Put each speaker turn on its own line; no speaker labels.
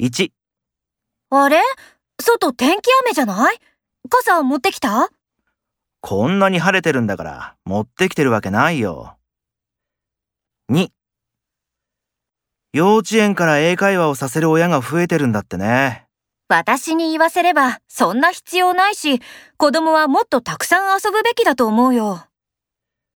1、
あれ外天気雨じゃない傘持ってきた
こんなに晴れてるんだから持ってきてるわけないよ。2、幼稚園から英会話をさせる親が増えてるんだってね。
私に言わせればそんな必要ないし、子供はもっとたくさん遊ぶべきだと思うよ。